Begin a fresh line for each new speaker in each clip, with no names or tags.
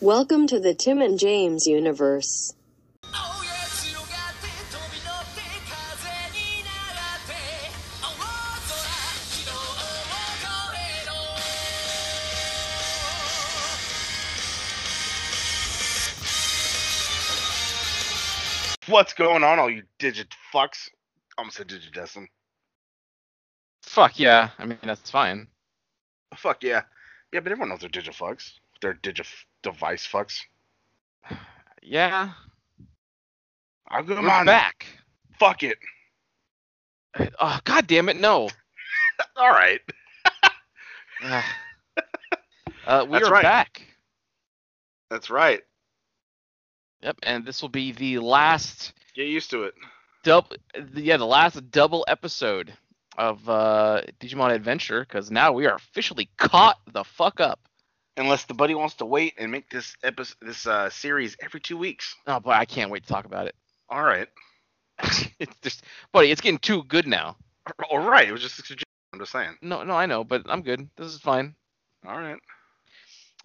Welcome to the Tim and James universe.
Oh yes 強がって飛び乗って風になって青空昨日を超えろ
What's going on, all you digit fucks? I almost said digit Destin.
Fuck yeah. I mean, that's fine.
Fuck yeah. Yeah, but everyone knows they're digit fucks. They're digit device fucks.
Yeah.
I'll go
we're
on.
back.
Fuck it.
Oh, God damn it, no.
All right.
Ugh. uh, we
That's
are
right.
back.
That's right.
Yep, and this will be the last
Get used to it.
double yeah, the last double episode of uh Digimon Adventure cuz now we are officially caught the fuck up.
Unless the buddy wants to wait and make this episode, this uh, series every two weeks.
Oh boy, I can't wait to talk about it.
All right.
it's just buddy, it's getting too good now.
All right. It was just a suggestion. I'm just saying.
No, no, I know, but I'm good. This is fine.
All right.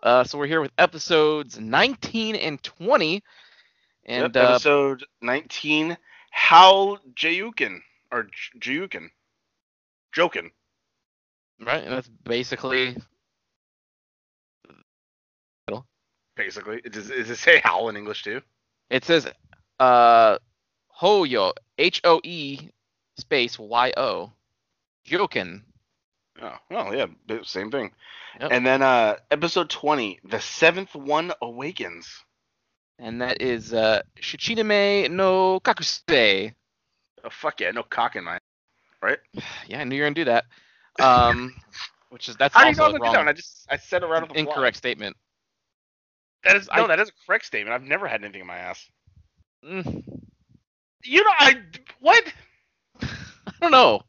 Uh so we're here with episodes 19 and 20 and
Yep,
uh,
episode 19. How Jayukin or J- Jayukin? Jokin.
Right, and that's basically
Basically, does, does it say howl in English too?
it says uh Hoyo H O E space Y O Joken.
Oh, well, yeah, b- same thing.
Yep.
And then uh episode 20, the seventh one awakens.
And that is uh Shichiname no Kakuse.
Oh fuck yeah, no cock in my.
Yeah, I knew you were gonna do that. Um which is that's
How do you know I'm
also
gonna
a
do
wrong,
that? I just I said it right off the fly.
incorrect statement.
That is no,
I-
that is a correct statement. I've never had anything in my ass.
Mm,
You know I what?
I don't know.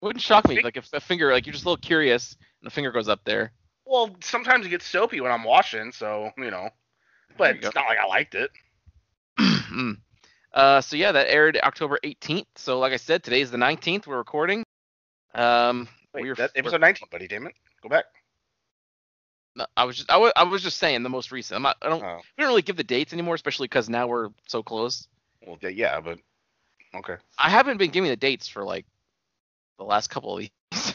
Wouldn't shock me
Fing-
like if the finger like you're just a little curious and the finger goes up there.
Well, sometimes it gets soapy when I'm washing, so you know.
There
But
you
it's not like I liked it.
Mm. uh, so yeah, that aired October 18th. So like I said, today is the 19th. We're recording. Um,
Wait,
we were,
that
we're-
episode 19, buddy. Damn it, go back.
no, I was just I was, I was just saying the most recent. I'm not, I don't
Oh,
we don't really give the dates anymore, especially because now we're so close.
well, yeah, yeah, but okay.
I haven't been giving the dates for like the last couple of these.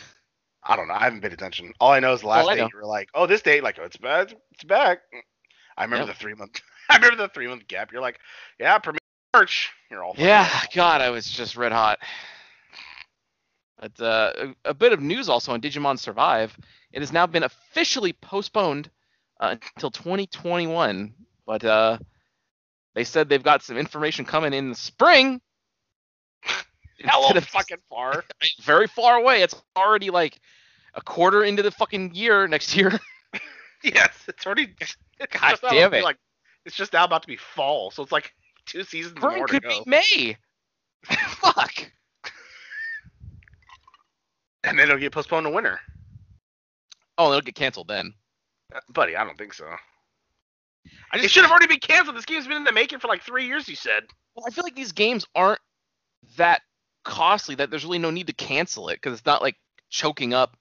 I don't know. I haven't paid attention. All I know is the last
All I
date.
know.
You were like, "Oh, this date, like, oh, it's back, it's back." I remember
Yep.
the three month. I remember the three month gap. You're like, "Yeah, premiere March." You're all. fucking
yeah,
wrong.
God, I was just red hot. But uh, a, a bit of news also on Digimon Survive. It has now been officially postponed uh, until 2021. But uh, they said they've got some information coming in the spring.
Hello,
Instead of-
fucking far.
very far away. It's already like a quarter into the fucking year next year.
yes, it's already. It's
God
just now
damn
about to be
it.
Like, it's just now about to be fall, so it's like two seasons
Spring
more
could
to go.
be May. Fuck.
And then it'll get postponed to winter.
Oh, it'll get canceled then.
Uh, Buddy, I don't think so.
I
It
just
should have already been canceled. This game's been in the making for like three years. You said.
Well, I feel like these games aren't that costly that there's really no need to cancel it because it's not like choking up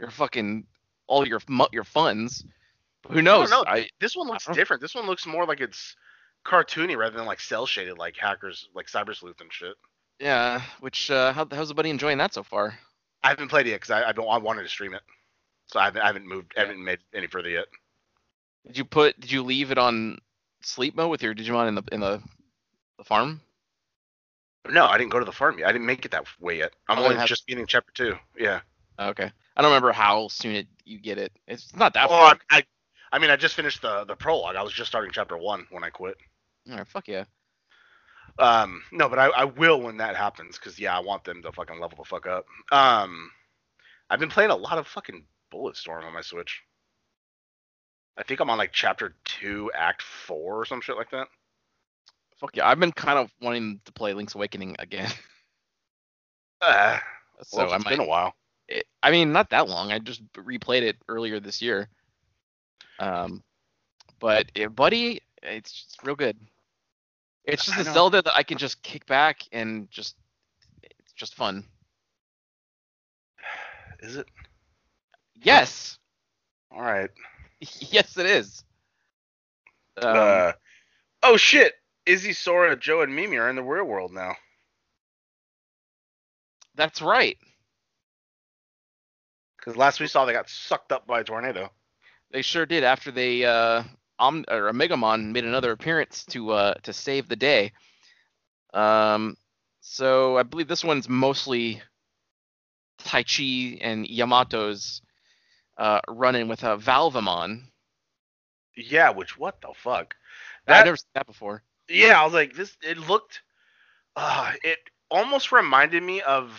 your fucking all your mu- your funds. But who knows?
know.
I,
This one looks
don't-
different. This one looks more like it's cartoony rather than like cell shaded, like hackers, like cyber sleuth and shit.
yeah. Which uh, how, how's the buddy enjoying that so far?
I haven't played it yet because I, I, don't- I wanted to stream it, so I haven't, I haven't moved, I
Yeah.
haven't made any further yet.
Did you put? Did you leave it on sleep mode with your Digimon in the in the, the farm?
No, I didn't go to the farm yet. I didn't make it that way yet. I'm
Oh, it
only
has-
just beginning chapter two. Yeah.
Oh, okay. I don't remember how soon it you get it. It's not that
Oh,
far.
I, I, I mean, I just finished the the prologue. I was just starting chapter one when I quit.
All right, fuck yeah.
Um, no, but I, I will when that happens because yeah, I want them to fucking level the fuck up. Um, I've been playing a lot of fucking Bulletstorm on my Switch. I think I'm on like chapter two, act four, or some shit like that.
Fuck yeah. I've been kind of wanting to play Link's Awakening again.
Uh,
so
well,
I
it's
might.
been a while.
it, eh, I mean, not that long. I just replayed it earlier this year. Um, but eh, buddy, it's just real good. It's just
I
a
know.
Zelda that I can just kick back and just it's just fun.
Is it?
Yes,
All right.
yes, it is. Um,
uh, oh shit! Izzy, Sora, Joe, and Mimi are in the real world now.
that's right.
Because last we saw, they got sucked up by a tornado.
They sure did. After they uh, Om- or Omegamon made another appearance to uh, to save the day. Um, so I believe this one's mostly Tai Chi and Yamato's uh, run-in with uh, Valvemon.
Yeah, which what the fuck?
I've
That
never seen that before.
yeah, I was like this. It looked. Uh, it almost reminded me of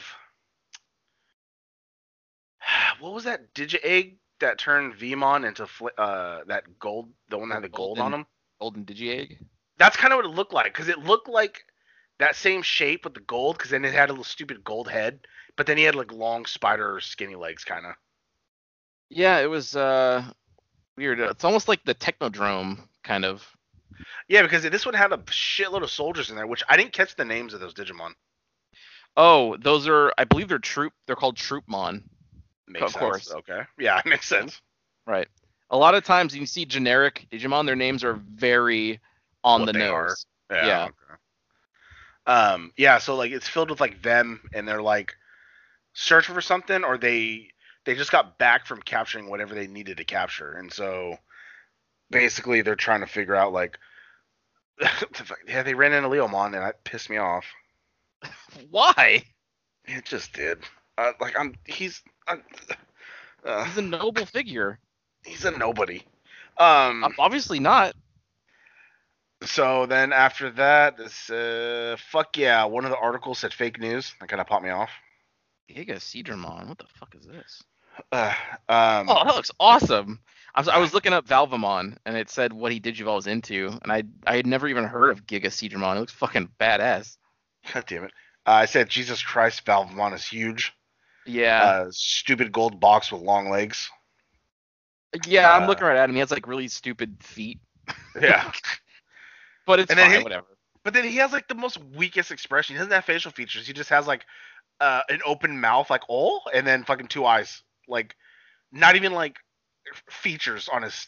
what was that Digi Egg that turned Vmon into fl- uh that gold, the one that had the gold on
Golden.
him.
Golden Digiegg.
That's kind of what it looked like because it looked like that same shape with the gold because then it had a little stupid gold head, but then he had like long spider skinny legs kind of.
Yeah, it was uh, weird. It's almost like the Technodrome kind of.
Yeah, because this one had a shitload of soldiers in there, which I didn't catch the names of those Digimon.
Oh, those are I believe they're troop. They're called Troopmon.
Makes
Of
sense.
course.
Okay. Yeah, makes sense.
Right. A lot of times you see generic Digimon, their names are very on
What
the
they are.
nose.
Yeah.
Yeah.
okay. Um. Yeah. So like, it's filled with like them, and they're like searching for something, or they they just got back from capturing whatever they needed to capture, and so basically they're trying to figure out like, yeah, they ran into Leomon, and that pissed me off.
Why?
It just did. Uh, like I'm, he's, I'm, uh,
He's a noble figure.
he's a nobody. Um.
Ob- Obviously not.
So then after that, this uh, fuck yeah, one of the articles said fake news. That kind of popped me off.
Giga Cedramon. What the fuck is this?
Uh, um,
Oh, that looks awesome. I was, I was looking up Valvamon and it said what he Digivolves was into, and I I had never even heard of Giga Cedramon. It looks fucking badass.
God damn it! Uh, I said Jesus Christ, Valvemon is huge.
Yeah.
Uh, stupid gold box with long legs.
yeah, I'm
uh,
looking right at him. He has like really stupid feet.
Yeah,
But it's
And then
fine,
he-
whatever.
but then he has like the most weakest expression. He doesn't have facial features. He just has like uh, an open mouth, like oh, and then fucking two eyes. Like not even like features on his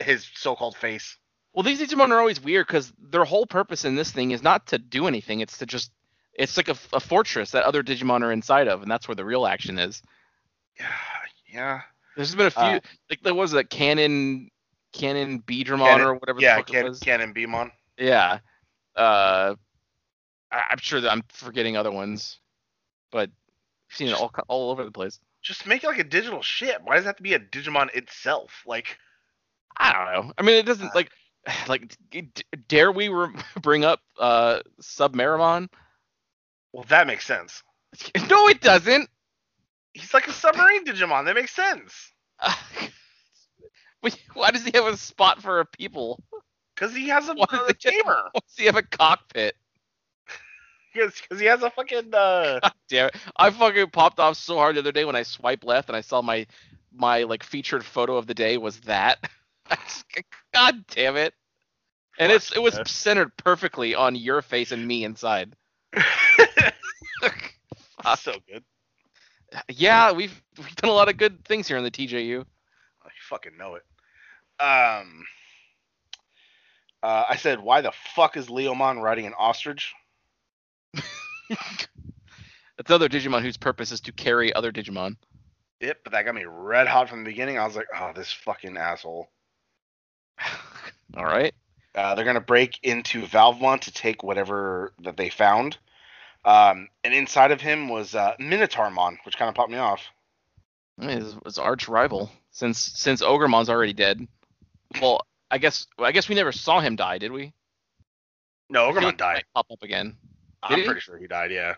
his so-called face.
Well, these Digimon are always weird because their whole purpose in this thing is not to do anything. It's to just, it's like a, a fortress that other Digimon are inside of, and that's where the real action is.
Yeah, yeah.
There's been a few,
Uh,
like there was that Canon, Canon Beedramon
Canon-
or whatever the
yeah,
fuck it
Can,
was.
Canon Beamon.
Yeah. Uh, I, I'm sure that I'm forgetting other ones, but I've seen it all co- all over the place.
Just make it like a digital ship. Why does it have to be a Digimon itself? Like,
I don't know. I mean, it doesn't
Uh,
like, like d- dare we re- bring up uh Submeramon?
well, that makes sense.
no, it doesn't.
He's like a submarine Digimon. That makes sense.
Wait, Why does he have a spot for a people?
Because he has a,
Why does
a
he have-
gamer.
Why does he have a cockpit?
Because he has a fucking. Uh...
Damn it! I fucking popped off so hard the other day when I swiped left and I saw my my like featured photo of the day was that. I just- God damn it! And it's it was
Fuck,
centered perfectly on your face and me inside.
That's so good.
yeah, we've we've done a lot of good things here in the TJU.
I fucking know it. Um. Uh, I said, why the fuck is Leomon riding an ostrich?
It's other Digimon whose purpose is to carry other Digimon.
Yep, but that got me red hot from the beginning. I was like, oh, this fucking asshole.
All right.
Uh, they're gonna break into Valvemon to take whatever that they found. Um, and inside of him was uh, Minotaurmon, which kind of popped me off.
I mean, his, his arch rival since since Ogremon's already dead. Well, I guess well, I guess we never saw him die, did we?
No,
I feel
Ogremon
like he
died.
might Pop up again.
I'm
did he?
pretty sure he died. Yeah.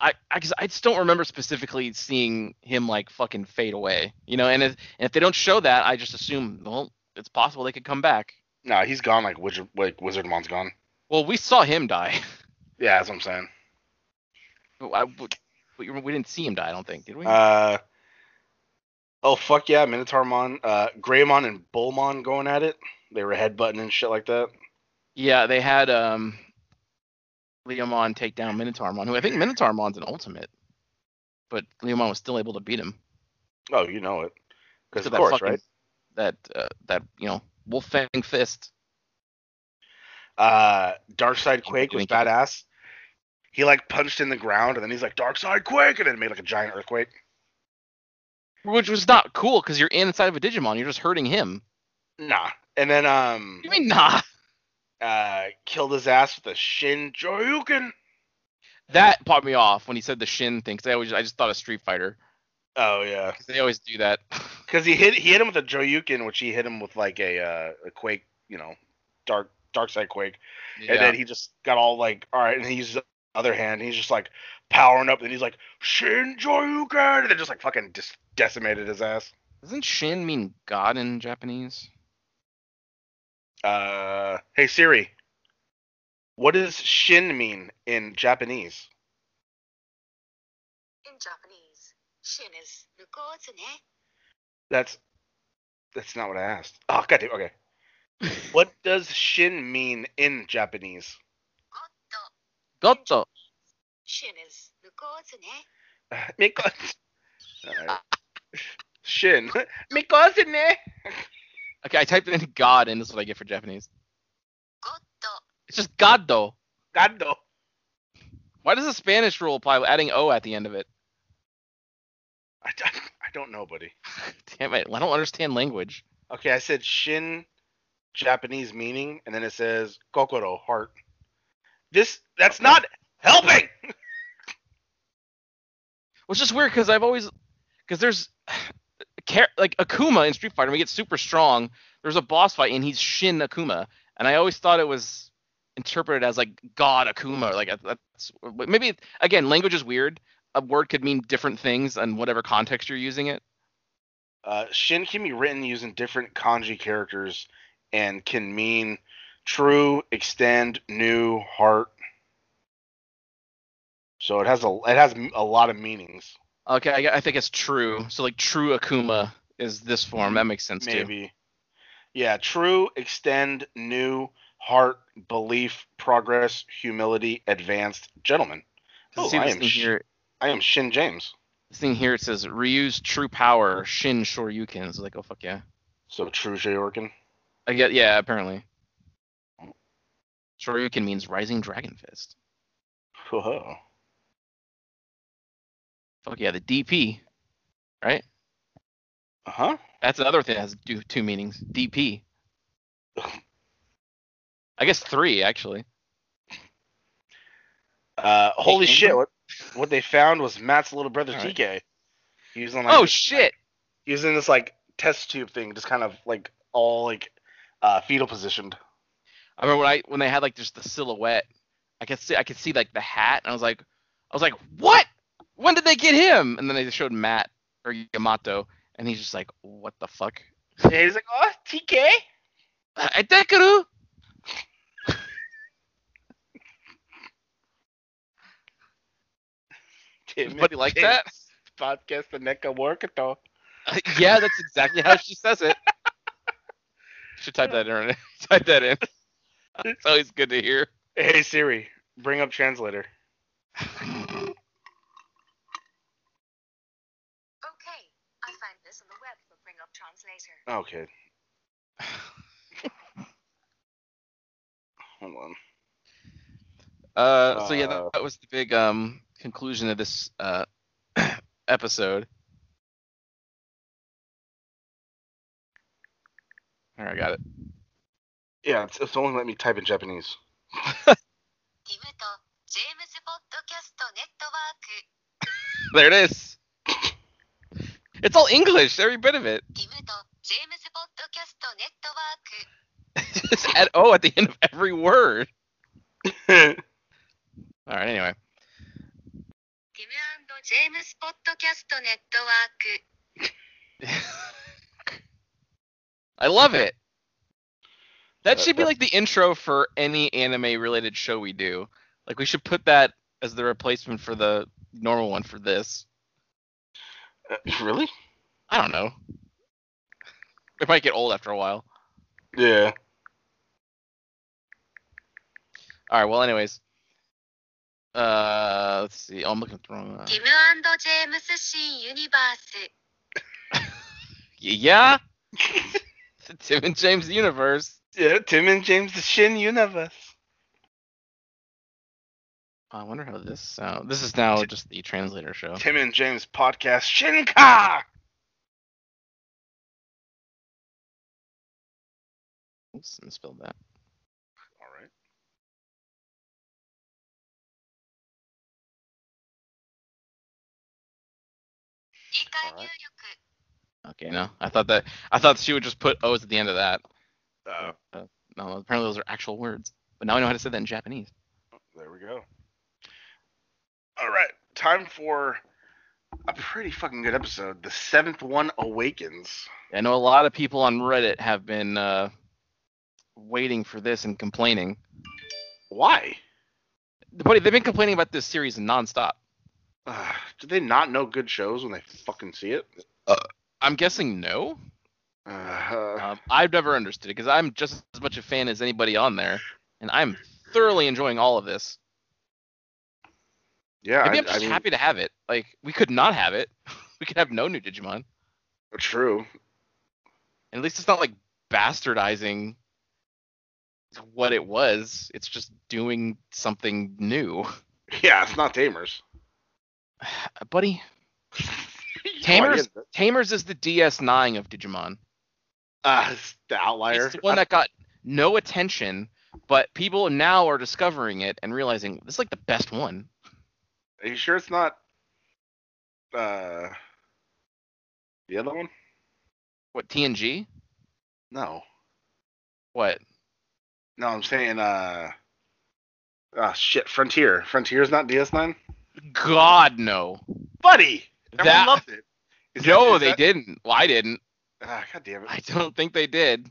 I I, 'cause I just don't remember specifically seeing him like fucking fade away. You know, and if, and if they don't show that, I just assume well, it's possible they could come back.
No, he's gone. Like Wizard, like Wizardmon's gone.
Well, we saw him die.
Yeah, that's what I'm saying.
But I, but we, we didn't see him die. I don't think, did we?
Uh, oh fuck yeah, Minotaurmon, uh, Greymon, and Bullmon going at it. They were headbutting and shit like that.
yeah, they had um. Leomon take down Minotaurmon, who I think Minotaurmon's an ultimate, but Leomon was still able to beat him.
Oh, you know it. Because
to
of
that
course,
fucking-
right?
That uh, that you know wolf fang fist.
Uh, Darkseid Quake was
Doing it.
badass. He like punched in the ground and then he's like Darkseid Quake and then it made like a giant earthquake.
Which was not cool because you're inside of a Digimon. You're just hurting him.
Nah. And then um
You mean nah?
uh killed his ass with a Shin Joryuken.
That popped me off when he said the shin thing. 'cause I always I just thought of Street Fighter.
Oh yeah.
'Cause they always do that.
Because he hit he hit him with a Joryuken, which he hit him with like a uh, a quake, you know, dark dark side quake,
Yeah.
and then he just got all like, all right, and he uses the other hand, and he's just like powering up, and he's like Shin Joryuken, and then just like fucking just decimated his ass.
Doesn't shin mean god in Japanese?
Uh, hey Siri, what does Shin mean in Japanese?
In Japanese, shin is ne.
That's that's not what I asked. Oh goddamn. Okay. what does Shin mean in Japanese?
Goto.
Shin is ne.
Because. Shin. Because in there.
Okay, I typed in god and this is what I get for Japanese.
Goto.
It's just god though.
God no.
Why does the Spanish rule apply with adding o at the end of it?
I, don't- I don't know, buddy.
Damn it! I don't understand language.
Okay, I said Shin, Japanese meaning, and then it says Kokoro, heart. This, that's not helping!
Which is weird because I've always because there's char- like Akuma in Street Fighter. When he gets super strong, there's a boss fight and he's Shin Akuma, and I always thought it was interpreted as like God Akuma. Like that's maybe again language is weird. A word could mean different things in whatever context you're using it.
Uh, Shin can be written using different kanji characters and can mean true, extend, new, heart. So it has a it has a lot of meanings.
Okay, I, I think it's true. So like true Akuma is this form. That makes sense too.
maybe. Yeah, true, extend, new, heart, belief, progress, humility, advanced, gentlemen.
'Cause
Oh,
see
I
this
am
thing
sh-
here.
I am Shin James.
This thing here it says reuse true power Shin Shoryuken. So like oh fuck yeah.
So true Jorgen.
I get yeah, apparently. Shoryuken means rising dragon fist.
Whoa.
Fuck yeah, the DP. Right?
Uh huh.
That's another thing that has two, two meanings. DP. I guess three actually.
Uh, holy
Hey,
shit!
Andrew.
What, what they found was Matt's little brother
All right.
TK. He was in like
Oh
this-
shit.
he was in this like test tube thing, just kind of like all like uh, fetal positioned.
I remember when I when they had like just the silhouette. I could see I could see like the hat and I was like I was like, "What? When did they get him?" And then they showed Matt or Yamato and he's just like, "What the fuck?"
And he's like, oh TK.
I think it is. Everybody like that?
Podcast the neck of work at all.
Uh, yeah, that's exactly how she says it. Should type that in. type that in. It's always good to hear.
Hey Siri, bring up translator.
Okay, I find this on the web for Bring Up Translator.
Okay. Hold on.
Uh, so yeah, that,
Uh.
that was the big um conclusion of this uh episode. All right, got it.
Yeah, it's, it's only let me type in Japanese.
ティムとジェームズ・ポッドキャスト・ネットワーク。
There it is. It's all English, every bit of it.
ティムとジェームズ・ポッドキャスト・ネットワーク。
Just add O at the end of every word. All right, anyway.
ティムジェームズ・ポッドキャスト・ネットワーク。
I love it. That
That-
should be
that-
like the intro for any anime related show we do. Like we should put that as the replacement for the normal one for this.
really?
I don't know. It might get old after a while.
Yeah.
All right, well anyways. Uh let's see. Oh, I'm looking at the wrong. Uh,
ティムジェームズ・シー・ユニバース。
yeah. the Tim and James universe.
Yeah, Tim and James the Shin Universe.
Oh, I wonder how this sound. This is now just the translator show.
Tim and James podcast Shinka.
Oops, and spilled that.
All right.
Okay, no, I thought that I thought she would just put O's at the end of that.
Uh,
No, apparently those are actual words. But now I know how to say that in Japanese.
there we go. All right, time for a pretty fucking good episode. The seventh one awakens.
I know a lot of people on Reddit have been uh, waiting for this and complaining.
Why?
Buddy, they've been complaining about this series nonstop.
Uh, do they not know good shows when they fucking see it?
I'm guessing no.
Uh,
Um, I've never understood it because I'm just as much a fan as anybody on there, and I'm thoroughly enjoying all of this.
yeah,
Maybe I,
I,
am just
I mean,
happy to have it. Like we could not have it. we could have no new Digimon. And
true.
at least it's not like bastardizing what it was. It's just doing something new.
Yeah, it's not Tamers.
Buddy, Tamers Tamers is the DS9 of Digimon.
Uh, it's the outlier.
It's the one that got no attention, but people now are discovering it and realizing this is like the best one.
Are you sure it's not uh the other one?
What TNG?
No.
What?
No, I'm saying uh Ah shit, Frontier. Frontier's not DS9?
God no.
Buddy! Everyone
That-
loved it. Is
no,
that- is
they
that-
didn't. Well, I didn't.
Ah, God damn it.
I don't think they did.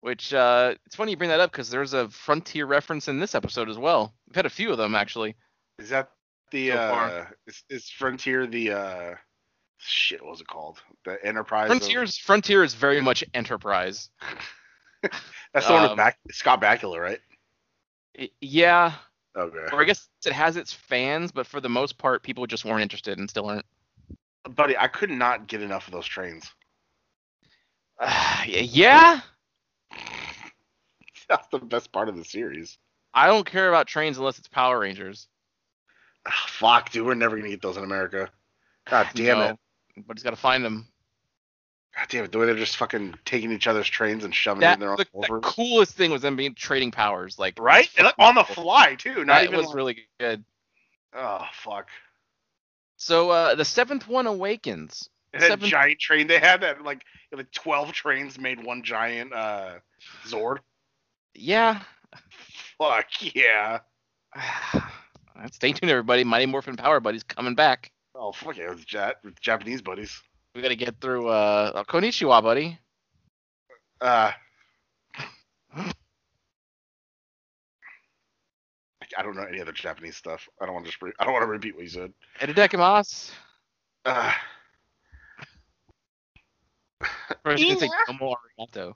Which uh, it's funny you bring that up because there's a frontier reference in this episode as well. We've had a few of them actually.
Is that the
So far.
uh is, is Frontier the uh shit, what was it called? The Enterprise of-
Frontiers Frontier is very much Enterprise.
That's the one
um,
with Bac- Scott Bakula, right?
I- yeah,
Okay.
or I guess it has its fans, but for the most part, people just weren't interested and still aren't.
Buddy, I could not get enough of those trains.
Uh, yeah,
That's the best part of the series.
I don't care about trains unless it's Power Rangers.
Ah, fuck, dude, we're never gonna get those in America. God damn
No,
it.
But he's got to find them.
God damn it, the way they're just fucking taking each other's trains and shoving
That,
it in their
the,
own
the
over.
coolest thing was them being trading powers, like
Right? And like, on the fly too. Not
that
even
was
like-
really good.
Oh fuck.
So uh, the seventh one awakens.
And that
Seven-
giant train they had that like it was twelve trains made one giant uh Zord.
Yeah.
Fuck yeah.
Stay tuned, everybody. Mighty Morphin Power Buddies coming back.
Oh fuck yeah, with, ja- with Japanese buddies.
We gotta get through. Uh, oh, Konnichiwa, buddy.
Uh I don't know any other Japanese stuff. I don't want to just. Re- I don't want to repeat what you said.
Edidekimas.
Uh,
Or I should say
Yeah.
Domo arigato.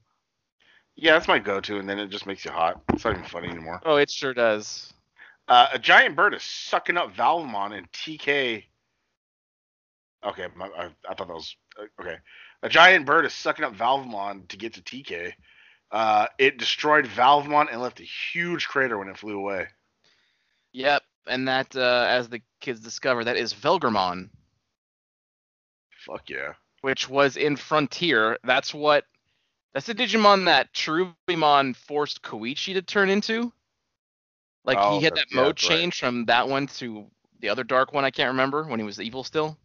yeah, that's my go-to, and then it just makes you hot. It's not even funny anymore.
Oh, it sure does.
Uh, a giant bird is sucking up Valmon and TK. Okay, my, I, I thought that was uh, okay. A giant bird is sucking up Valvemon to get to TK. Uh, it destroyed Valvemon and left a huge crater when it flew away.
Yep. And that, uh, as the kids discover, that is Velgramon,
Fuck yeah.
which was in Frontier. That's what. That's the Digimon that Cherubimon forced Koichi to turn into. Like
Oh,
he had that
that's- yeah,
mode
that's right.
change from that one to the other dark one. I can't remember when he was evil still.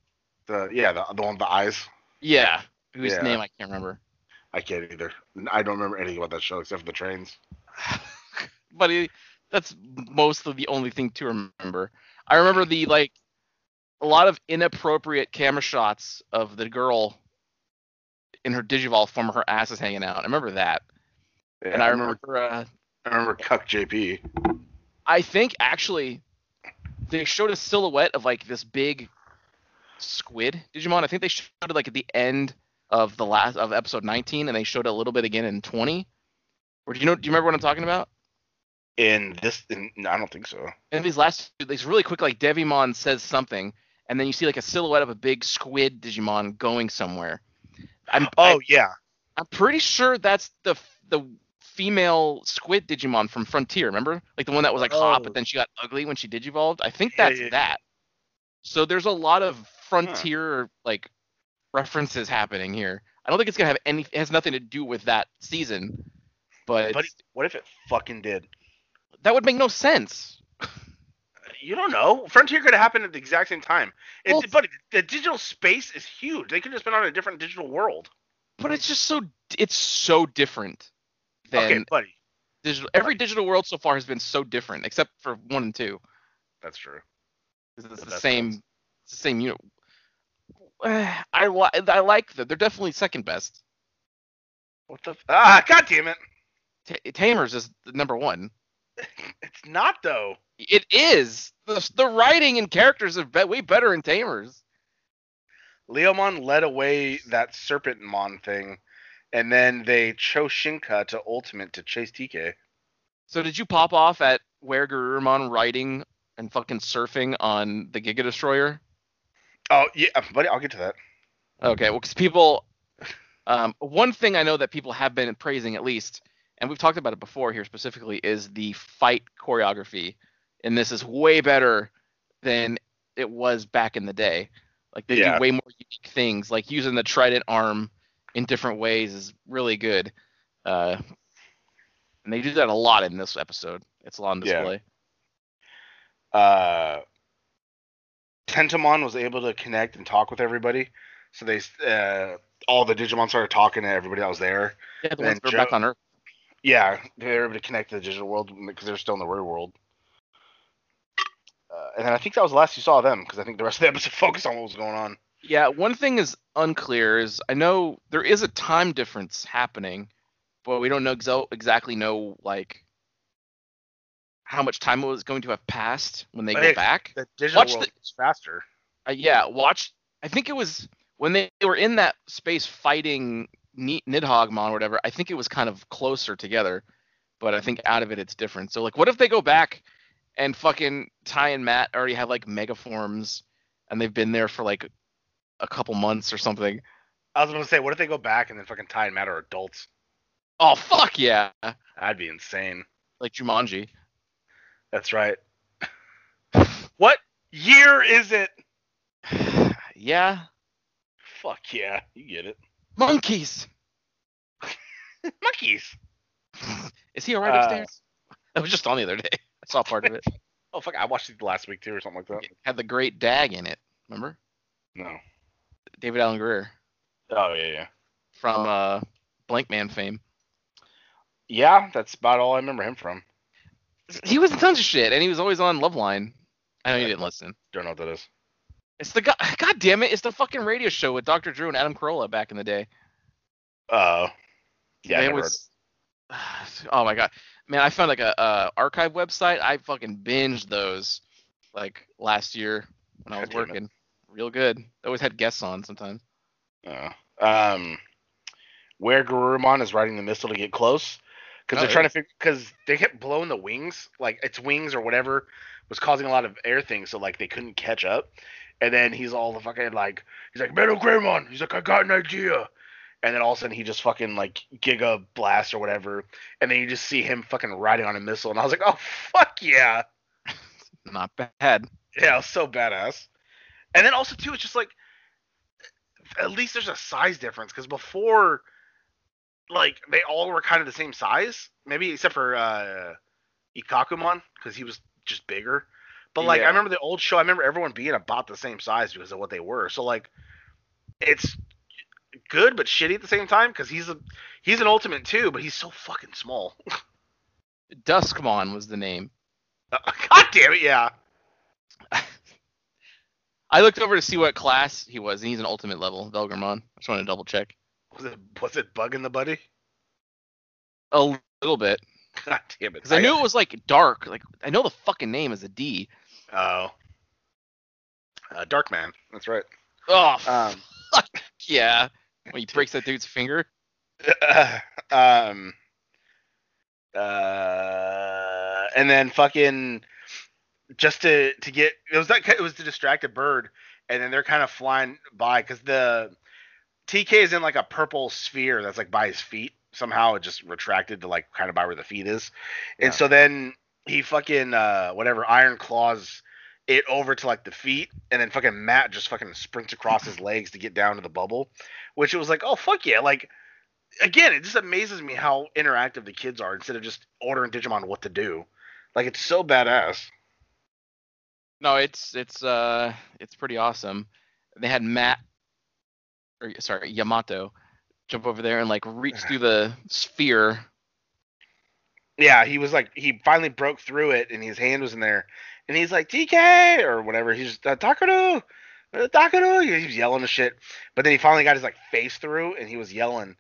The yeah, the, the one with the eyes.
Yeah. Whose
Yeah.
name I can't remember.
I can't either. I don't remember anything about that show except for the trains.
but it, that's mostly the only thing to remember. I remember the like a lot of inappropriate camera shots of the girl in her Digivolve form, her ass is hanging out. I remember that,
Yeah,
and I remember. Uh,
I remember Cuck JP.
I think actually they showed a silhouette of like this big squid Digimon. I think they showed it like at the end of the last of episode 19, and they showed it a little bit again in 20. Or do you know? Do you remember what I'm talking about?
In this, in, no, I don't think so.
and these last two, these really quick like Devimon says something, and
Oh.
then you see like a silhouette of a big squid Digimon going somewhere. I'm I,
yeah,
I'm pretty sure that's the the female squid Digimon from Frontier. Remember, like the one that was like hot,
Oh.
but then she got ugly when she digivolved. I think
Yeah,
that's
yeah, yeah.
that. So there's a lot of Frontier like references happening here. I don't think it's gonna have any. It has nothing to do with that season, but
But what if it fucking did?
that would make no sense.
You don't know. Frontier could have happened at the exact same time. It,
Well-
but the digital space is huge. They could have just been on a different digital world.
But it's just so it's so different than
okay, buddy.
digital. Every digital world so far has been so different, except for one and two.
That's true.
'cause
The
It's the
best
same, it's the same unit. Eh, I li- I like that. They're definitely second best.
What the? F- ah, god damn it!
T- Tamers is the number one.
It's not though.
It is the, the writing and characters are be- way better in Tamers.
Leomon led away that Serpentmon thing, and then they chose Shinka to ultimate to chase TK.
So did you pop off at where Garurumon riding and fucking surfing on the Giga Destroyer?
Oh yeah, buddy, I'll get to that.
Okay, well, because people, um, one thing I know that people have been praising at least, and we've talked about it before here specifically, is the fight choreography, and this is way better than it was back in the day. Like they
Yeah.
do way more unique things, like using the trident arm in different ways is really good, uh, and they do that a lot in this episode. It's a lot on
Yeah.
display.
Uh, Tentamon was able to connect and talk with everybody, so they uh, all the Digimon started talking to everybody that was there.
Yeah, the
And
ones that are back
Joe-
on Earth.
Yeah, they were able to connect to the digital world because they're still in the real world. Uh, and then I think that was the last you saw of them because I think the rest of the episode focused on what was going on.
Yeah, one thing is unclear is I know there is a time difference happening, but we don't know exo- exactly know like how much time was going to have passed when they
Hey,
go back.
The digital
Watch
world
the-
is faster.
Uh, yeah, watch. I think it was when they were in that space fighting Ni- Nidhogmon or whatever. I think it was kind of closer together, but I think out of it it's different. So like, what if they go back and fucking Ty and Matt already have like mega forms and they've been there for like a couple months or something?
I was gonna say, what if they go back and then fucking Ty and Matt are adults?
Oh fuck yeah!
That'd be insane.
Like Jumanji.
That's right. what year is it?
yeah.
Fuck yeah, you get it.
Monkeys.
Monkeys.
Is he alright
Uh,
upstairs? I was just on the other day. I saw part of it.
Oh fuck, I watched it last week too, or something like that.
It had the Great Dag in it. Remember?
No.
David Allen Greer
Oh yeah, yeah.
from uh, Blank Man fame.
Yeah, that's about all I remember him from.
He was in tons of shit, and he was always on Loveline. I know you didn't listen.
Don't know what that is.
It's the god, god damn it! It's the fucking radio show with Dr. Drew and Adam Carolla back in the day.
Uh, yeah, I
They
never heard
was- Oh my god, man! I found like a, a archive website. I fucking binged those like last year when I was
God damn it.
working. Real good. They always had guests on sometimes.
it. Uh, um, where Garurumon is riding the missile to get close, because
Oh,
they're
yeah.
trying to figure, because they kept blowing the wings, like its wings or whatever was causing a lot of air things, so like they couldn't catch up. And then he's all the fucking like, he's like Metal Greymon. He's like, I got an idea. And then all of a sudden he just fucking like Giga Blast or whatever, and then you just see him fucking riding on a missile, and I was like, oh fuck yeah.
Not bad.
Yeah, it was so badass. And then also too, it's just like at least there's a size difference because before, like they all were kind of the same size, maybe except for uh, Ikakumon because he was just bigger. But like
Yeah.
I remember the old show, I remember everyone being about the same size because of what they were. So like, it's good but shitty at the same time because he's a he's an ultimate too, but he's so fucking small.
Duskmon was the name.
God damn it, yeah.
I looked over to see what class he was, and he's an ultimate level Velgramon. I just wanted to double check
Was it was it bugging the buddy?
a little bit
God damn it!
because I, knew it was like dark. Like I know the fucking name is a D.
Oh. Uh, Dark Man. That's right.
Oh
Um,
yeah, when he breaks that dude's finger.
um, uh, and then fucking just to to get it was that it was to distract a bird, and then they're kind of flying by because the TK is in like a purple sphere that's like by his feet. Somehow it just retracted to like kind of by where the feet is. And
Yeah.
so then he fucking uh whatever iron claws it over to like the feet and then fucking Matt just fucking sprints across his legs to get down to the bubble, which it was like, "Oh fuck yeah." Like again, it just amazes me how interactive the kids are instead of just ordering Digimon what to do. Like it's so badass.
No, it's it's uh it's pretty awesome. They had Matt or sorry, Yamato jump over there and like reach through the sphere.
Yeah, he was like he finally broke through it, and his hand was in there, and he's like TK or whatever. He's just, uh, Takaru, uh, Takaru. He was yelling and shit, but then he finally got his like face through, and he was yelling,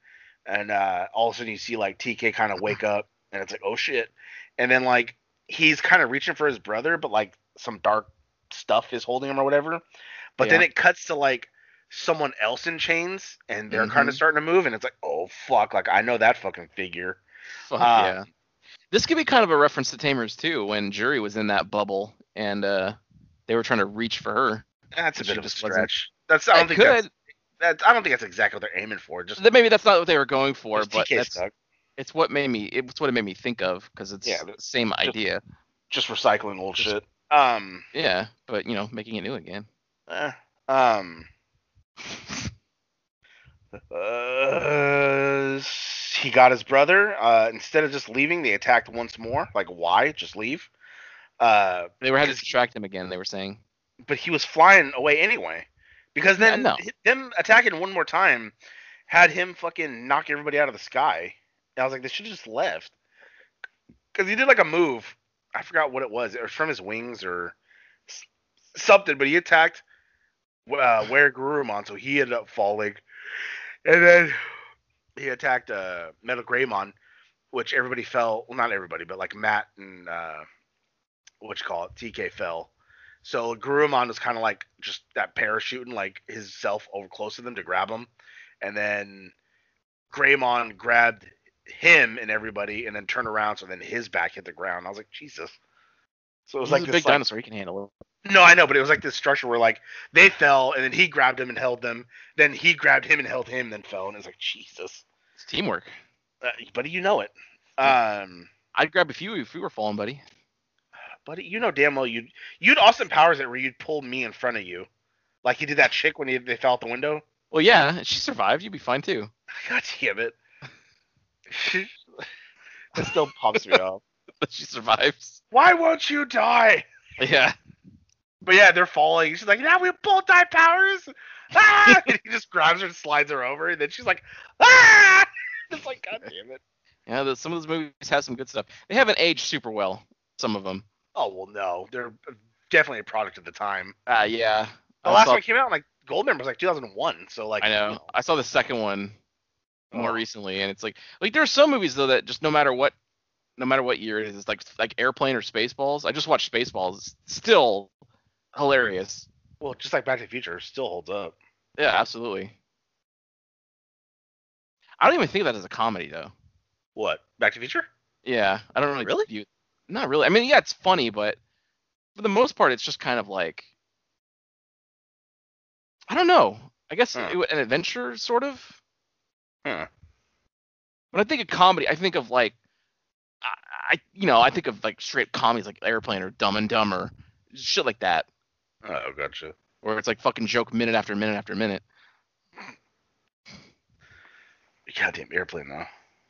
and uh, all of a sudden you see like TK kind of wake up, and it's like oh shit, and then like he's kind of reaching for his brother, but like some dark stuff is holding him or whatever, but then
Yeah.
it cuts to like someone else in chains, and they're kind
Mhm.
of starting to move, and it's like oh fuck, like I know that fucking figure.
Fuck
Ah.
yeah. This could be kind of a reference to Tamers too, when Jury was in that bubble and uh they were trying to reach for her.
That's a
But she
bit of a
just wasn't-
stretch. That's I don't
They
think that's,
could.
that's I don't think that's exactly what they're aiming for. Just,
That- Maybe that's not what they were going for,
just
but
TK
that's,
stuck.
it's what made me it's what it made me think of because it's
Yeah,
the
but-
same idea.
Just recycling old
Just-
shit. Um,
Yeah, but you know, making it new again.
eh, um, uh, he got his brother. Uh, instead of just leaving, they attacked once more. Like why? Just leave. Uh,
They were having to
Because-
distract him again. They were saying,
but he was flying away anyway. Because
Yeah,
then
no.
hi- them attacking one more time had him fucking knock everybody out of the sky. And I was like, they should have just left. Because he did like a move. I forgot what it was. It was from his wings or s- something, but he attacked uh, where Gurumon, so he ended up falling. And then he attacked uh, Metal Greymon, which everybody fell. Well, not everybody, but like Matt and uh, what you call it, TK fell. So Gurumon was kind of like just that parachuting like his self over close to them to grab him, and then Greymon grabbed him and everybody, and then turned around. So then his back hit the ground. I was like, Jesus. So it was
"He's
like
a
this,
big
like-
dinosaur. He can handle it."
no, I know, but it was like this structure where like they fell, and then he grabbed him and held them, then he grabbed him and held him, then fell, and it's like Jesus.
It's teamwork.
Uh, buddy, you know it.
Hmm.
Um,
I'd grab a few if we were falling, buddy.
buddy, you know damn well you'd you'd Austin Powers it where you'd pull me in front of you, like you did that chick when he, they fell out the window.
Well, yeah, she survived. You'd be fine too.
God damn it. that still pops me off.
she survives.
Why won't you die?
Yeah.
But yeah, they're falling. She's like, now we both die, Powers. Ah! and he just grabs her and slides her over, and then she's like, ah! It's like, God damn it.
Yeah. The, some of those movies have some good stuff. They haven't aged super well. Some of them.
Oh well, no, they're definitely a product of the time.
Ah, yeah.
Uh, The
I
last
saw-
one came out in, like Goldmember was like 2001, so like
I know. I saw the second one more
Oh.
recently, and it's like, like there are some movies though that just no matter what, no matter what year it is, it's like like Airplane or Spaceballs. I just watched Spaceballs. It's still hilarious.
Well, just like Back to the Future still holds up.
Yeah, absolutely. I don't even think of that as a comedy though.
What Back to the Future?
Yeah, I don't really,
Really?
view- not really. I mean, yeah, it's funny, but for the most part, it's just kind of like I don't know. I guess
Huh.
it would an adventure, sort of.
Huh.
When I think of comedy, I think of like I, I you know I think of like straight comedies like Airplane or Dumb and Dumber, shit like that,
Oh, gotcha.
where it's like fucking joke minute after minute after minute.
Goddamn airplane though.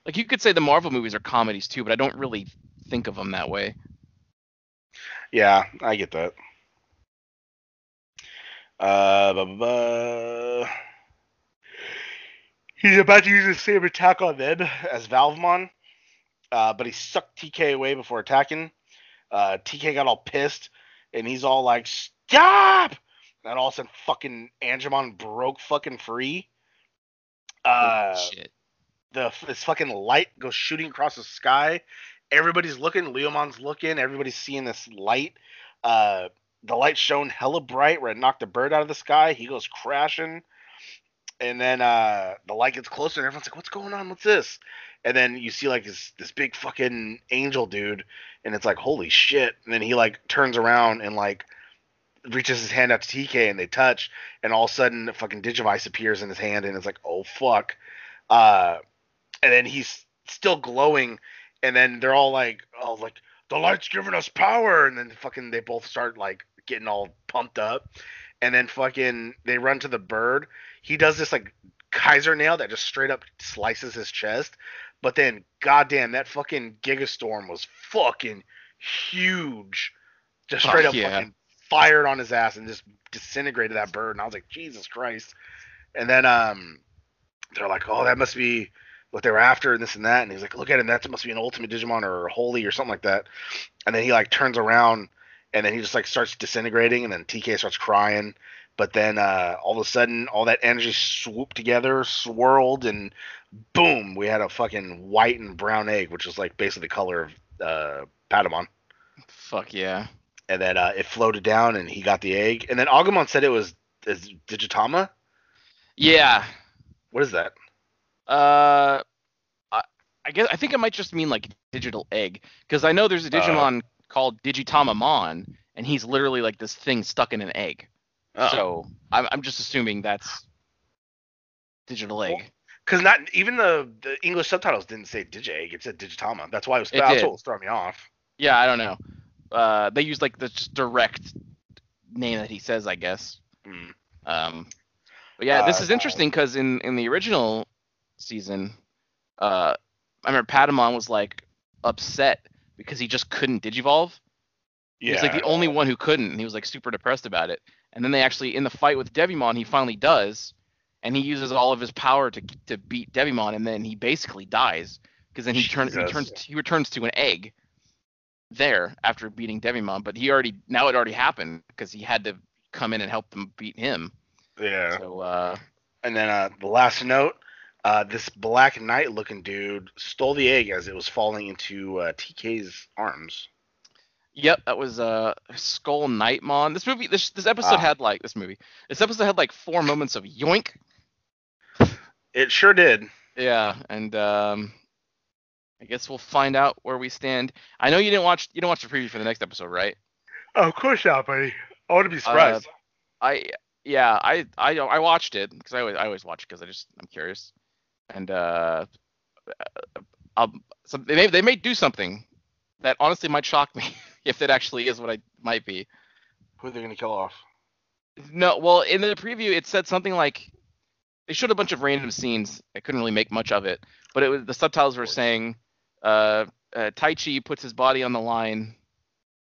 Like you could say the Marvel movies are comedies too, but I don't really think of them that way.
Yeah, I get that. Uh, blah, blah, blah. He's about to use the same attack on them as Valvemon, uh, but he sucked TK away before attacking. Uh, TK got all pissed, and he's all like, "Stop!" And all of a sudden, fucking Angemon broke fucking free. Uh,
shit.
the this fucking light goes shooting across the sky. Everybody's looking. Leomon's looking. Everybody's seeing this light. Uh, the light shone hella bright where it knocked a bird out of the sky. He goes crashing, and then uh, the light gets closer, and everyone's like, "What's going on? What's this?" And then you see like this this big fucking angel dude, and it's like, "Holy shit!" And then he like turns around and like reaches his hand out to TK and they touch, and all of a sudden, a fucking Digivice appears in his hand, and it's like, oh fuck. Uh, and then he's still glowing, and then they're all like, oh, like the light's giving us power, and then fucking they both start like getting all pumped up, and then fucking they run to the bird. He does this like Kaiser nail that just straight up slices his chest, but then goddamn that fucking Gigastorm was fucking huge, just
Fuck
straight up
yeah.
fucking fired on his ass and just disintegrated that bird. And I was like, Jesus Christ. And then um, they're like, oh, that must be what they were after and this and that. And he's like, look at him. That must be an ultimate Digimon or a Holy or something like that. And then he like turns around and then he just like starts disintegrating and then TK starts crying. But then uh, all of a sudden, all that energy swooped together, swirled, and boom, we had a fucking white and brown egg, which is like basically the color of uh, Patamon
Fuck yeah.
and then uh, it floated down, and he got the egg. And then Agumon said it was is Digitama.
Yeah.
What is that?
Uh, I, I guess I think it might just mean like digital egg because I know there's a
Uh.
Digimon called Digitamamon, and he's literally like this thing stuck in an egg.
Oh.
So I'm, I'm just assuming that's digital egg.
because not even the, the English subtitles didn't say Digi egg; it said Digitama. That's why it was.
It
that's
did.
what was throwing me off.
Yeah, I don't know. Uh, they use like the just direct name that he says, I guess.
Mm.
Um, but yeah, this
Uh,
is interesting because in in the original season, uh, I remember Patamon was like upset because he just couldn't digivolve. He was like the only one who couldn't, and he was like super depressed about it. And then they actually in the fight with Devimon, he finally does, and he uses all of his power to to beat Devimon, and then he basically dies because then he turns he
Jesus.
turns he returns to an egg there after beating Devimon, but he already now it already happened because he had to come in and help them beat him.
yeah.
So uh,
And then uh, the last note. Uh, this black knight looking dude stole the egg as it was falling into uh, TK's arms.
Yep, that was uh Skull Nightmon. This movie, this this episode
Ah.
had like this movie. This episode had like four moments of yoink.
It sure did.
Yeah, and um, I guess we'll find out where we stand. I know you didn't watch you didn't watch the preview for the next episode, right?
of course not, buddy. I would be
surprised.
Uh,
I yeah, I I I watched it because I always I always watch it because I just I'm curious, and uh, I'll, so they may, they may do something that honestly might shock me if that actually is what I might be.
Who are they gonna kill off?
No, well, in the preview, it said something like they showed a bunch of random scenes. I couldn't really make much of it, but it was the subtitles were saying uh, uh, Tai Chi puts his body on the line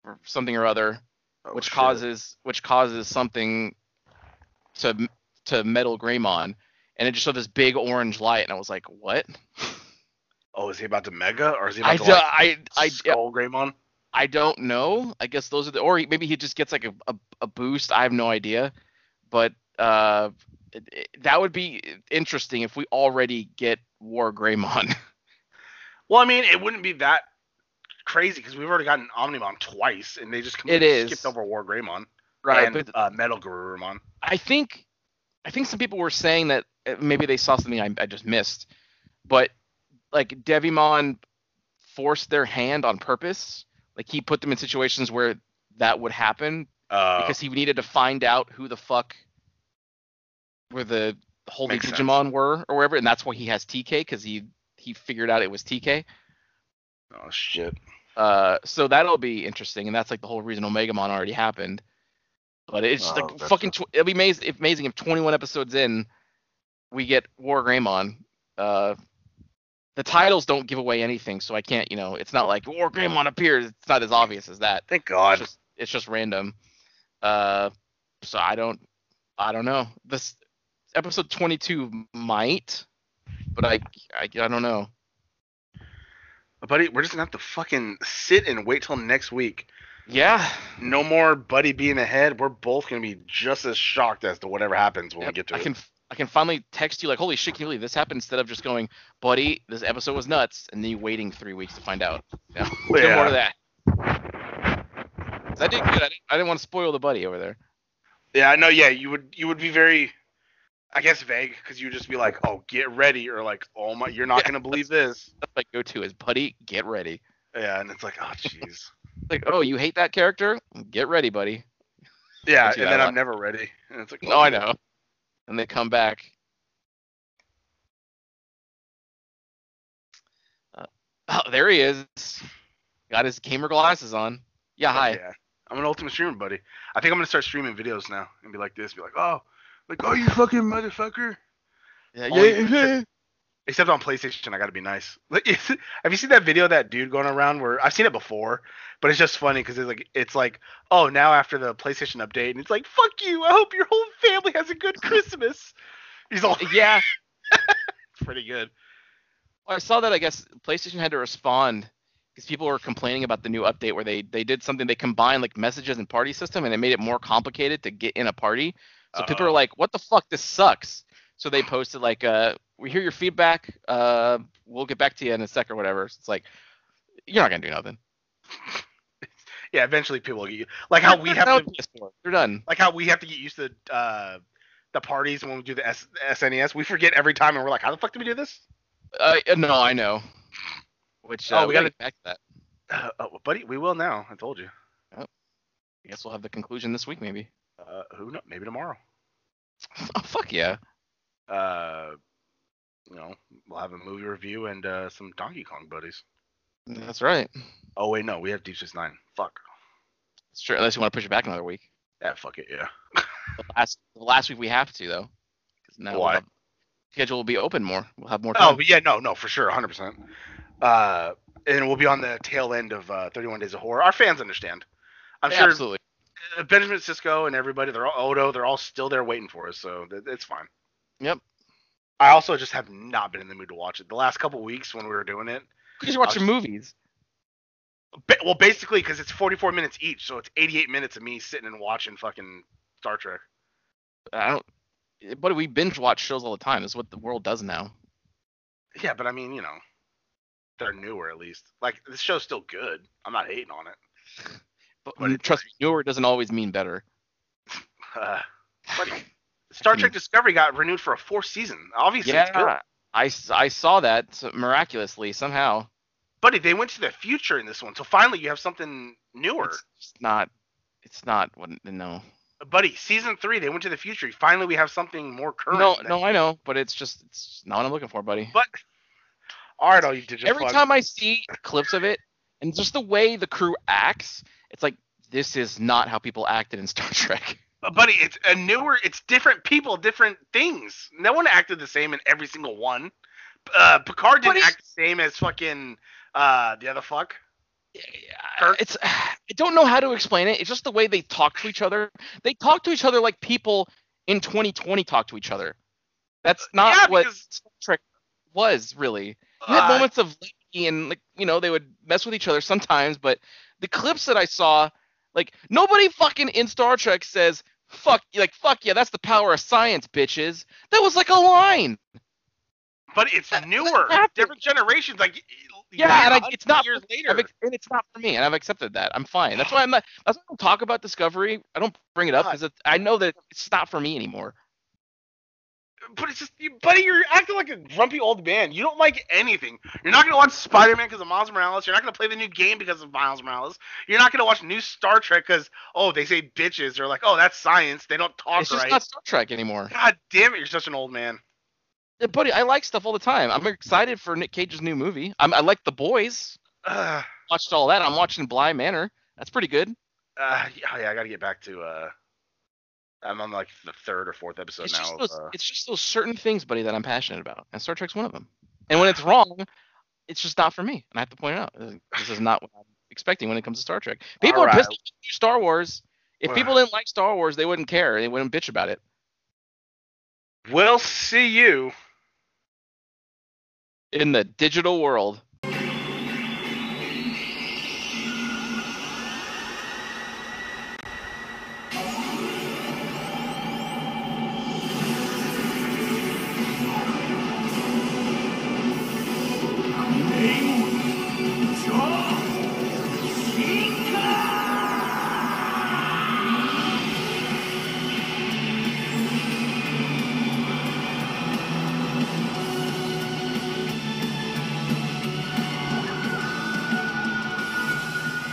or something or other,
Oh,
which
shit.
causes which causes something to to metal Greymon, and it just showed this big orange light, and I was like, what?
Oh, is he about to mega or is he about
I,
to
do,
like,
I, I,
skull Greymon?
I don't know. I guess those are the, or he- maybe he just gets like a, a, a boost. I have no idea. But uh, it- it- that would be interesting if we already get War Greymon.
Well, I mean, it wouldn't be that crazy because we've already gotten Omnimon twice, and they just completely
is.
skipped over War Greymon and
But
uh, Metal Garurumon.
I think, I think some people were saying that uh, maybe they saw something I, I just missed, but like Devimon forced their hand on purpose. Like he put them in situations where that would happen
Uh,
because he needed to find out who the fuck were the holy
Makes sense.
Digimon were or whatever, and that's why he has TK because he he figured out it was TK.
oh shit!
Uh, so that'll be interesting, and that's like the whole reason Omegamon already happened. But it's just,
Oh,
like
that's
fucking. Tw- it'll be amazing, amazing if 21 episodes in, we get War Greymon. Uh, the titles don't give away anything, so I can't. You know, it's not like War Greymon appears. It's not as obvious as that
Thank God.
it's just it's just random. Uh, so I don't I don't know. This episode 22 might, but I I, I don't know.
buddy, we're just gonna have to fucking sit and wait till next week.
Yeah.
No more buddy being ahead. We're both gonna be just as shocked as to whatever happens when we
Yep,
get to
I
it.
can I can finally text you like, holy shit, can you believe this happened? Instead of just going, buddy, this episode was nuts, and then you waiting three weeks to find out. Yeah. No
Yeah.
more of that. 'Cause I did good. I didn't, I didn't want to spoil the buddy over there.
Yeah, I know. Yeah, you would you would be very, I guess, vague because you'd just be like, "Oh, get ready," or like, "Oh my, you're not
Yeah.
gonna believe this."
That's my go-to is buddy, get ready.
Yeah, and it's like, "Oh, jeez."
Like, oh, you hate that character? Get ready, buddy.
Yeah,
Let's see
and
that
then
a
I'm
lot.
never ready. And it's like, "Oh,
No, I know. And they come back. Uh, oh, there he is. Got his gamer glasses on. Yeah,
Fuck
hi.
Yeah. I'm an ultimate streamer, buddy. I think I'm gonna start streaming videos now and be like this, be like, oh, like, oh, you fucking motherfucker.
Yeah,
Only-
yeah, yeah.
Except on PlayStation, I gotta be nice. Like, have you seen that video of that dude going around where I've seen it before, but it's just funny because it's like, it's like, oh, now after the PlayStation update, and it's like, fuck you. I hope your whole family has a good Christmas. He's all
Yeah.
pretty good.
Well, I saw that. I guess PlayStation had to respond because people were complaining about the new update where they they did something. They combined like messages and party system, and it made it more complicated to get in a party. So people
Uh-oh.
are like, "What the fuck? This sucks." So they posted like, uh, "We hear your feedback. Uh, we'll get back to you in a sec or whatever." So it's like, you're not gonna do nothing.
Yeah, eventually people will get you. Like how we have
Not
to
with PS4. You're done.
like how we have to get used to uh, the parties when we do the S- SNES. We forget every time, and we're like, "How the fuck did we do this?"
Uh, no, I know. Which
Oh,
uh,
we
we,
gotta-
gotta get back to that.
Uh, oh, buddy, we will now. I told you.
I guess we'll have the conclusion this week maybe.
Uh, who knows? Maybe tomorrow.
Oh fuck yeah.
Uh, you know, we'll have a movie review and uh, some Donkey Kong buddies.
That's right.
Oh wait, no, we have Deep Space Nine. Fuck.
That's true. Unless you want to push it back another week.
Yeah, fuck it. Yeah.
The last the last week we have to though. 'Cause now we'll
Why?
have- schedule will be open more. We'll have more
Oh
time.
but yeah, no, no, for sure, 100. percent Uh, and we'll be on the tail end of uh, 31 Days of Horror. Our fans understand. I'm
Yeah,
sure
Absolutely.
uh, Benjamin Cisco and everybody, they're all Odo, they're all still there waiting for us, so th- it's fine.
Yep.
I also just have not been in the mood to watch it. The last couple weeks when we were doing it,
Because you watch your movies.
ba- well, basically because it's 44 minutes each, so it's 88 minutes of me sitting and watching fucking Star Trek.
I don't. But we binge watch shows all the time. That's what the world does now.
Yeah, but I mean, you know, they're newer at least. Like this show's still good. I'm not hating on it.
But,
But it's
trust me, newer doesn't always mean better.
Uh, buddy, Star Trek Discovery got renewed for a fourth season. Obviously, it's good.
Yeah. I, s- I saw that so- miraculously somehow.
buddy, they went to the future in this one, so finally you have something newer.
It's just not. It's not what no.
buddy, season three, they went to the future. Finally, we have something more current.
No,
than-
no, I know, but it's just it's not what I'm looking for, buddy.
But all right, all you digital.
Every time I see clips of it, and just the way the crew acts, it's like this is not how people acted in Star Trek.
buddy, it's a newer. It's different people, different things. No one acted the same in every single one. Uh, Picard didn't
What is-
act the same as fucking uh, the other fuck. Kirk?
It's I don't know how to explain it. It's just the way they talk to each other. They talk to each other like people in 2020 talk to each other. That's not
yeah,
what
because-
Star Trek was really. You had
Uh,
moments of levity and like you know they would mess with each other sometimes, but the clips that I saw, like nobody fucking in Star Trek says fuck like fuck yeah that's the power of science bitches. That was like a line.
but it's newer,
happened.
different generations. Like
Yeah,
years-
and I, it's not
years later.
I've, ex- and it's not for me, and I've accepted that. I'm fine. That's why I'm not. That's why I don't talk about Discovery. I don't bring it up because I know that it's not for me anymore.
But it's just, you, buddy, you're acting like a grumpy old man. You don't like anything. You're not gonna watch Spider-Man because of Miles Morales. You're not gonna play the new game because of Miles Morales. You're not gonna watch new Star Trek because oh, they say bitches. They're like, oh, that's science. They don't talk
It's just
right.
not Star Trek anymore.
God damn it, you're such an old man.
Yeah, buddy, I like stuff all the time. I'm excited for Nick Cage's new movie. I'm, I like The Boys.
Uh,
Watched all that. I'm watching Bly Manor. That's pretty good.
uh, yeah, oh, yeah, I gotta get back to. uh I'm on like the third or fourth episode
it's
now.
just
of,
those,
uh,
it's just those certain things, buddy, that I'm passionate about, and Star Trek's one of them. And when it's wrong, it's just not for me, and I have to point it out This- this is not what I'm expecting when it comes to Star Trek. People
All
are
right.
pissed off at new Star Wars. If
Well.
people didn't like Star Wars, they wouldn't care. They wouldn't bitch about it.
We'll see you.
In the digital world,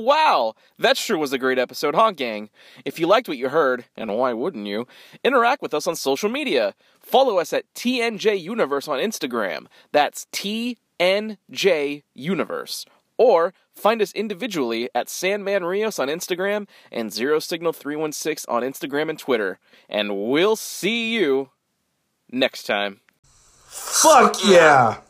Wow, that sure was a great episode, huh, gang? If you liked what you heard, and why wouldn't you, interact with us on social media. Follow us at TNJ Universe on Instagram. That's TNJ Universe. Or find us individually at Sandman Rios on Instagram and Zero Signal 316 on Instagram and Twitter. And we'll see you next time.
Fuck yeah.